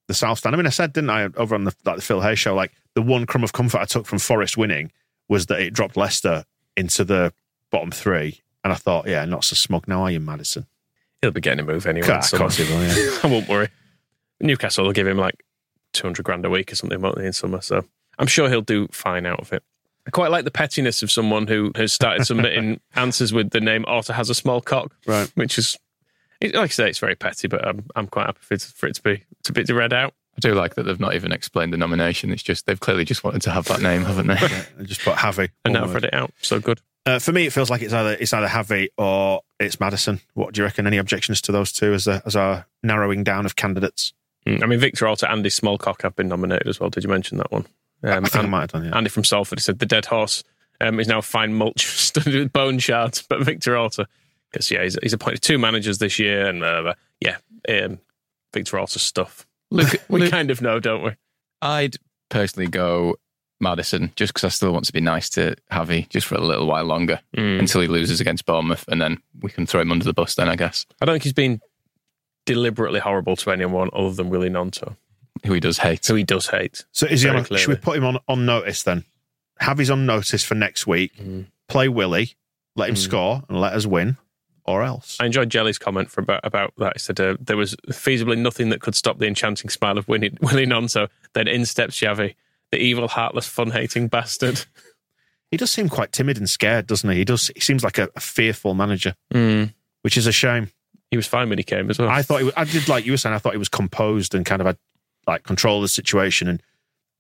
the South Stand. I mean, I said didn't I over on the like the Phil Hay show? Like the one crumb of comfort I took from Forest winning was that it dropped Leicester into the bottom three. And I thought, yeah, not so smug now, are you, Madison?
He'll be getting a move anyway.
Of
so
course he will, yeah.
I won't worry. Newcastle will give him like 200 grand a week or something, won't they, in summer? So I'm sure he'll do fine out of it. I quite like the pettiness of someone who has started submitting answers with the name Otter has a small cock,
Right.
which is, it- like I say, it's very petty, but I'm, I'm quite happy for it, for it to be to be read out.
I do like that they've not even explained the nomination. It's just they've clearly just wanted to have that name, haven't they?
I just put Havy. one
And now I've
word.
read it out. So good.
Uh, for me, it feels like it's either it's either Havy or it's Madison. What do you reckon? Any objections to those two as a, as our narrowing down of candidates?
Mm, I mean, Victor Alter, Andy Smallcock have been nominated as well. Did you mention that one? Um,
I think I
and-
might have done. Yeah.
Andy from Salford said the dead horse um, is now fine mulch studded with bone shards, but Victor Alter, because yeah, he's, he's appointed two managers this year, and uh, yeah, um, Victor Alter stuff.
Luke,
We
Luke,
kind of know, don't we?
I'd personally go Madison just because I still want to be nice to Javi just for a little while longer until he loses against Bournemouth and then we can throw him under the bus then, I guess,
I don't think he's been deliberately horrible to anyone other than Willie Nonto,
who he does hate.
so he does hate.
So is he
Very
on, should we
clearly.
put him on, on notice then? Have his on notice for next week.
Mm.
Play Willie, let him score and let us win, or else.
I enjoyed Jelly's comment for about, about that. He said uh, there was feasibly nothing that could stop the enchanting smile of Winnie, Willie Nonto. Then in steps Javi, the evil, heartless, fun-hating bastard.
he does seem quite timid and scared, doesn't he? He does. He seems like a, a fearful manager, which is a shame.
He was fine when he came as well.
Hmm. I thought he was, I did like you were saying. I thought he was composed and kind of had like control of the situation. And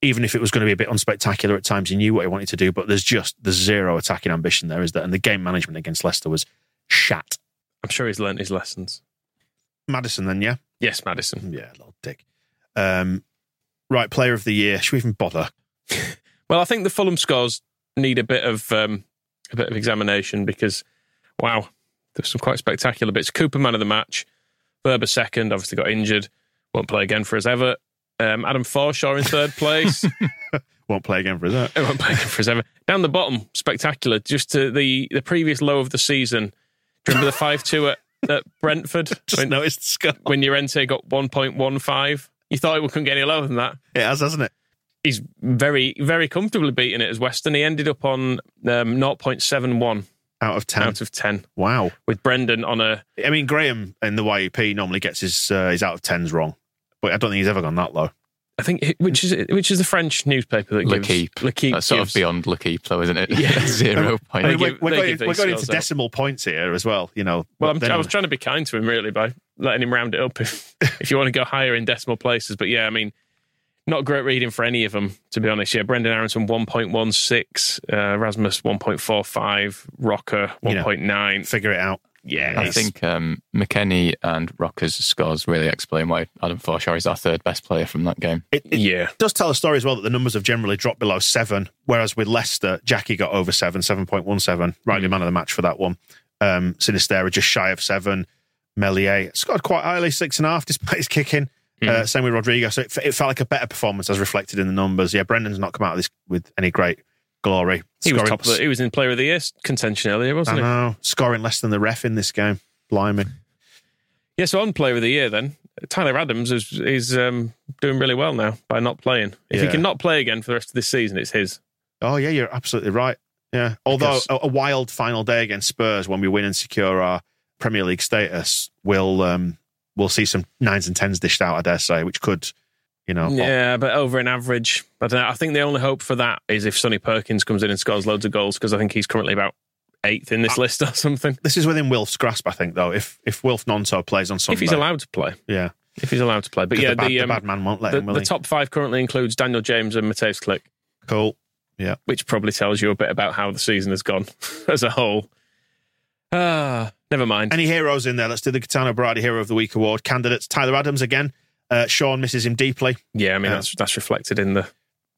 even if it was going to be a bit unspectacular at times, he knew what he wanted to do. But there's just there's zero attacking ambition there, is there? And the game management against Leicester was shat.
I'm sure he's learnt his lessons.
Madison, then yeah,
Yes, Madison.
yeah, little dick. Um, right, player of the year. Should we even bother?
Well, I think the Fulham scores need a bit of um, a bit of examination because wow, there's some quite spectacular bits. Cooper man of the match, Verber second, obviously got injured, won't play again for us ever. Um, Adam Forshaw in third place,
Won't play again for us. eh?
He won't play again for us ever. Down the bottom, spectacular. Just to the the previous low of the season. Do you remember the five two at, at Brentford
Just
when,
noticed the score.
when Llorente got one point one five? You thought it couldn't get any lower than that.
It has, hasn't it?
he's very very comfortably beating it as Western. He ended up on um, 0.71
Out of ten.
out of 10
wow.
with Brendan on a
I mean, Graham in the YEP normally gets his uh, his out of tens wrong, but I don't think he's ever gone that low.
I think which is which is the French newspaper that gives
L'Equipe.
L'Equipe
That's sort
gives-
of beyond L'Equipe, though, isn't it?
Yeah.
Zero
I mean,
point.
They
we're,
give-
we're
they
going,
give these
we're going
scores
into
out.
decimal points here as well. You know.
Well, I'm,
Then-
I was trying to be kind to him really by letting him round it up if if you want to go higher in decimal places. But yeah, I mean. Not great reading for any of them, to be honest. Yeah, Brendan Aronson 1.16, uh, Rasmus 1.45, Rocker
You know.
1.9.
figure it out.
yeah,
I
it's-
think um, McKenny and Rocker's scores really explain why Adam Forshaw is our third best player from that game.
It, it
yeah.
does tell a story as well that the numbers have generally dropped below seven, whereas with Leicester, Jackie got over seven, seven point one seven, rightly man of the match for that one. Um, Sinistera just shy of seven. Melier scored quite highly, six and a half, despite his kicking.
Hmm.
Uh, same with Rodrigo. So it, it felt like a better performance as reflected in the numbers. Yeah, Brendan's not come out of this with any great glory.
He
Scoring-
was,
Uh-huh.
top of the, he was in player of the year contention earlier,
I
wasn't he?
know. Scoring less than the ref in this game. Blimey.
Yeah, so on player of the year then. Tyler Adams is is um, doing really well now by not playing. If he
Yeah.
can not play again for the rest of this season, it's his.
Oh, yeah, you're absolutely right. Yeah. Although
Because-
a, a wild final day against Spurs when we win and secure our Premier League status, we'll, um, we'll see some nines and tens dished out, I dare say, which could You know,
Yeah, but over an average. uh, I don't know. I think the only hope for that is if Sonny Perkins comes in and scores loads of goals because I think he's currently about eighth in
Ah.
this list or something.
This is within Wilf's grasp, I think, though. If if Wilf Nonto plays on Sunday,
If he's allowed to play.
yeah,
If he's allowed to play. But
'Cause
yeah,
the bad,
the, um,
bad man won't let
the,
him. Will
the
he?
top five currently includes Daniel James and Mateus Click,
cool. Yeah,
which probably tells you a bit about how the season has gone as a whole. Ah, never mind.
Any heroes in there? Let's do the Katana Brady Hero of the Week award candidates. Tyler Adams again. Uh, Sean misses him deeply.
yeah, I mean
Yeah.
that's that's reflected in the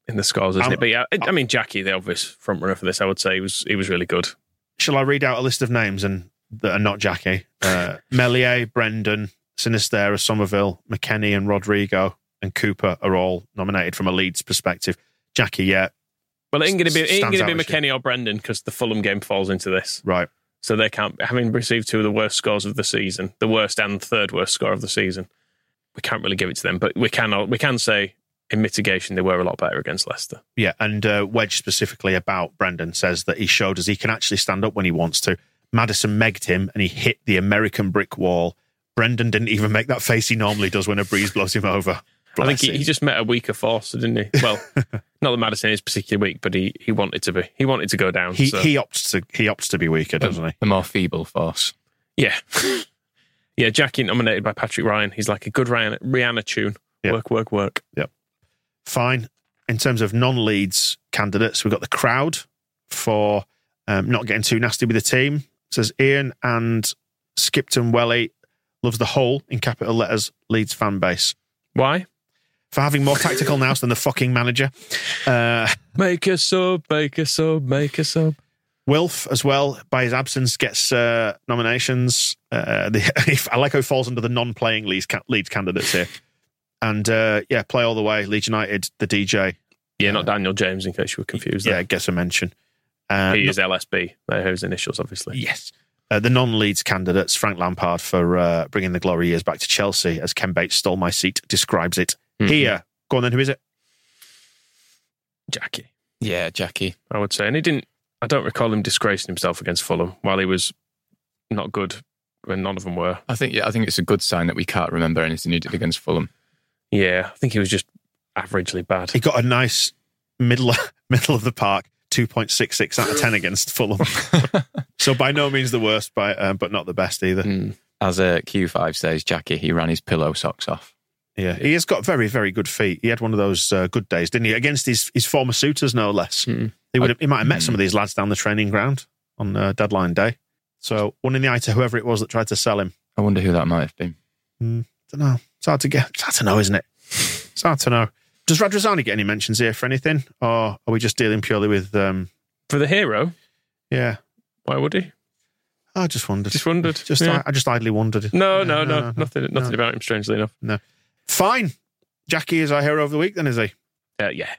in the scores, isn't
uh, I'm-
it? But yeah, I, I mean Jackie, the obvious front runner for this, I would say he was he was really good.
Shall I read out a list of names and that are not Jackie? Uh, Melier, Brendan, Sinistera, Somerville, McKenny, and Rodrigo and Cooper are all nominated from a Leeds perspective. Jackie, yeah,
Well, it ain't going to be it ain't
Stands
going
out,
to be
doesn't
McKenny or Brendan because the Fulham game falls into this,
right.
so they can't. Having received two of the worst scores of the season, the worst and third worst score of the season, we can't really give it to them. But we can we can say in mitigation they were a lot better against Leicester.
Yeah, and uh, Wedge specifically about Brendan says that he showed us he can actually stand up when he wants to. Madison megged him and he hit the American brick wall. Brendan didn't even make that face he normally does when a breeze blows him over.
I think
Bless
he,
him.
he just met a weaker force, didn't he? Well, not that Madison is particularly weak, but he, he wanted to be. He wanted to go down.
he,
so-
he opts to he opts to be weaker, doesn't he?
The more feeble force.
Yeah. yeah, Jackie nominated by Patrick Ryan. He's like a good Ryan, Rihanna tune.
Yeah.
Work, work, work.
Fine. In terms of non-Leeds candidates, we've got the crowd for um, not getting too nasty with the team. It says Ian and Skipton Welly loves the whole in capital letters Leeds fan base
Why?
for having more tactical nous than the fucking manager. Uh,
Make a sub, make a sub, make a sub.
Wilf as well, by his absence, gets uh, nominations. Uh, the, I like how he falls under the non-playing Leeds, ca- Leeds candidates here. And uh, yeah, play all the way. Leeds United, the DJ,
Yeah, not Daniel James, in case you were confused.
yeah,
There.
gets a mention. Uh,
he
no-
is LSB. They're uh, his initials, obviously.
yes, uh, the non-Leeds candidates: Frank Lampard for uh, bringing the glory years back to Chelsea, as Ken Bates stole my seat. Describes it
Mhm.
here. Go on then. Who is it?
Jackie,
Yeah, Jackie.
I would say. And he didn't, I don't recall him disgracing himself against Fulham while he was not good when none of them were.
I think yeah, I think it's a good sign that we can't remember anything he did against Fulham.
Yeah, I think he was just averagely bad.
He got a nice middle middle of the park, two point six six out of ten against Fulham. so by no means the worst, by uh, but not the best either.
As uh, Q5 says, Jackie, he ran his pillow socks off.
Yeah, he has got very very good feet. He had one of those uh, good days, didn't he? Against his his former suitors, no less. He would have, he might have met some of these lads down the training ground on uh, deadline day. So one in the eye to whoever it was that tried to sell him.
I wonder who that might have been.
don't know. It's hard to get. It's hard to know, isn't it? It's hard to know. Does Radrazani get any mentions here for anything, or are we just dealing purely with? um
For the hero,
Yeah,
why would he?
I just wondered.
Just wondered.
Just
Yeah.
I, I just idly wondered.
No,
Yeah,
no, no, nothing, nothing
no.
about him, strangely enough.
No. Fine. Jackie is our hero of the week, then, is he?
Uh, yeah,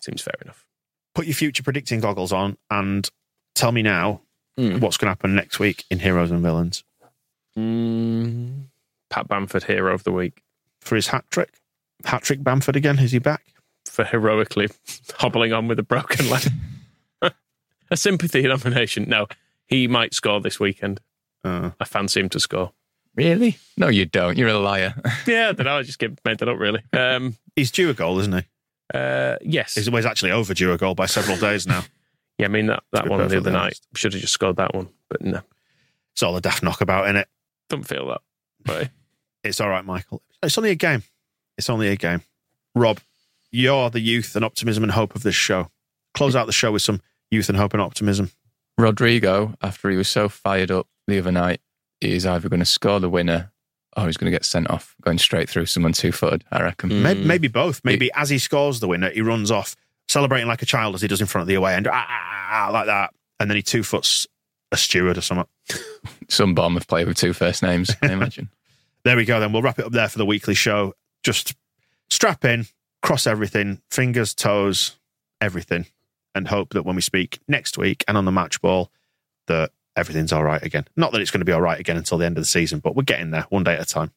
seems fair enough.
Put your future predicting goggles on and tell me now what's going to happen next week in Heroes and Villains
Mm, Pat Bamford, hero of the week,
for his hat trick. Hat trick Bamford again. Is he back?
for heroically hobbling on with a broken leg. a sympathy nomination. No, he might score this weekend.
Uh,
I fancy him to score.
Really? No, you don't. You're a liar.
Yeah, I don't know. I just get- made that up, really. Um,
he's due a goal, isn't he?
uh, yes.
He's, well, he's actually overdue a goal by several days now.
Yeah, I mean, that,
To
that
be
one the
perfectly
other night.
honest.
Should have just scored that one, but no.
It's all a daft knockabout, in it?
Don't feel that. But
It's all right, Michael. It's only a game. It's only a game. Rob, you're the youth and optimism and hope of this show. Close out the show with some youth and hope and optimism.
Rodrigo, after he was so fired up the other night, is either going to score the winner or he's going to get sent off going straight through someone two footed, I reckon.
May- Maybe, both. Maybe as he scores the winner, he runs off celebrating like a child as he does in front of the away end, ah, ah, ah, ah, like that, and then he two foots a steward or something.
Some bomb have played with two first names, I imagine.
There we go. Then we'll wrap it up there for the weekly show. Just strap in, cross everything, fingers, toes, everything, and hope that when we speak next week and on the match ball, that everything's all right again. Not that it's going to be all right again until the end of the season, but we're getting there one day at a time.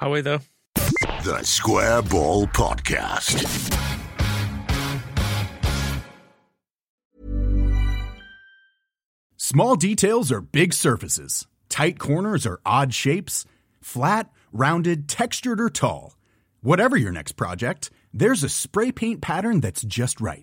are we, though?
The Square Ball Podcast.
Small details are big surfaces. Tight corners are odd shapes. Flat, rounded, textured, or tall. Whatever your next project,
There's a spray paint pattern that's just right.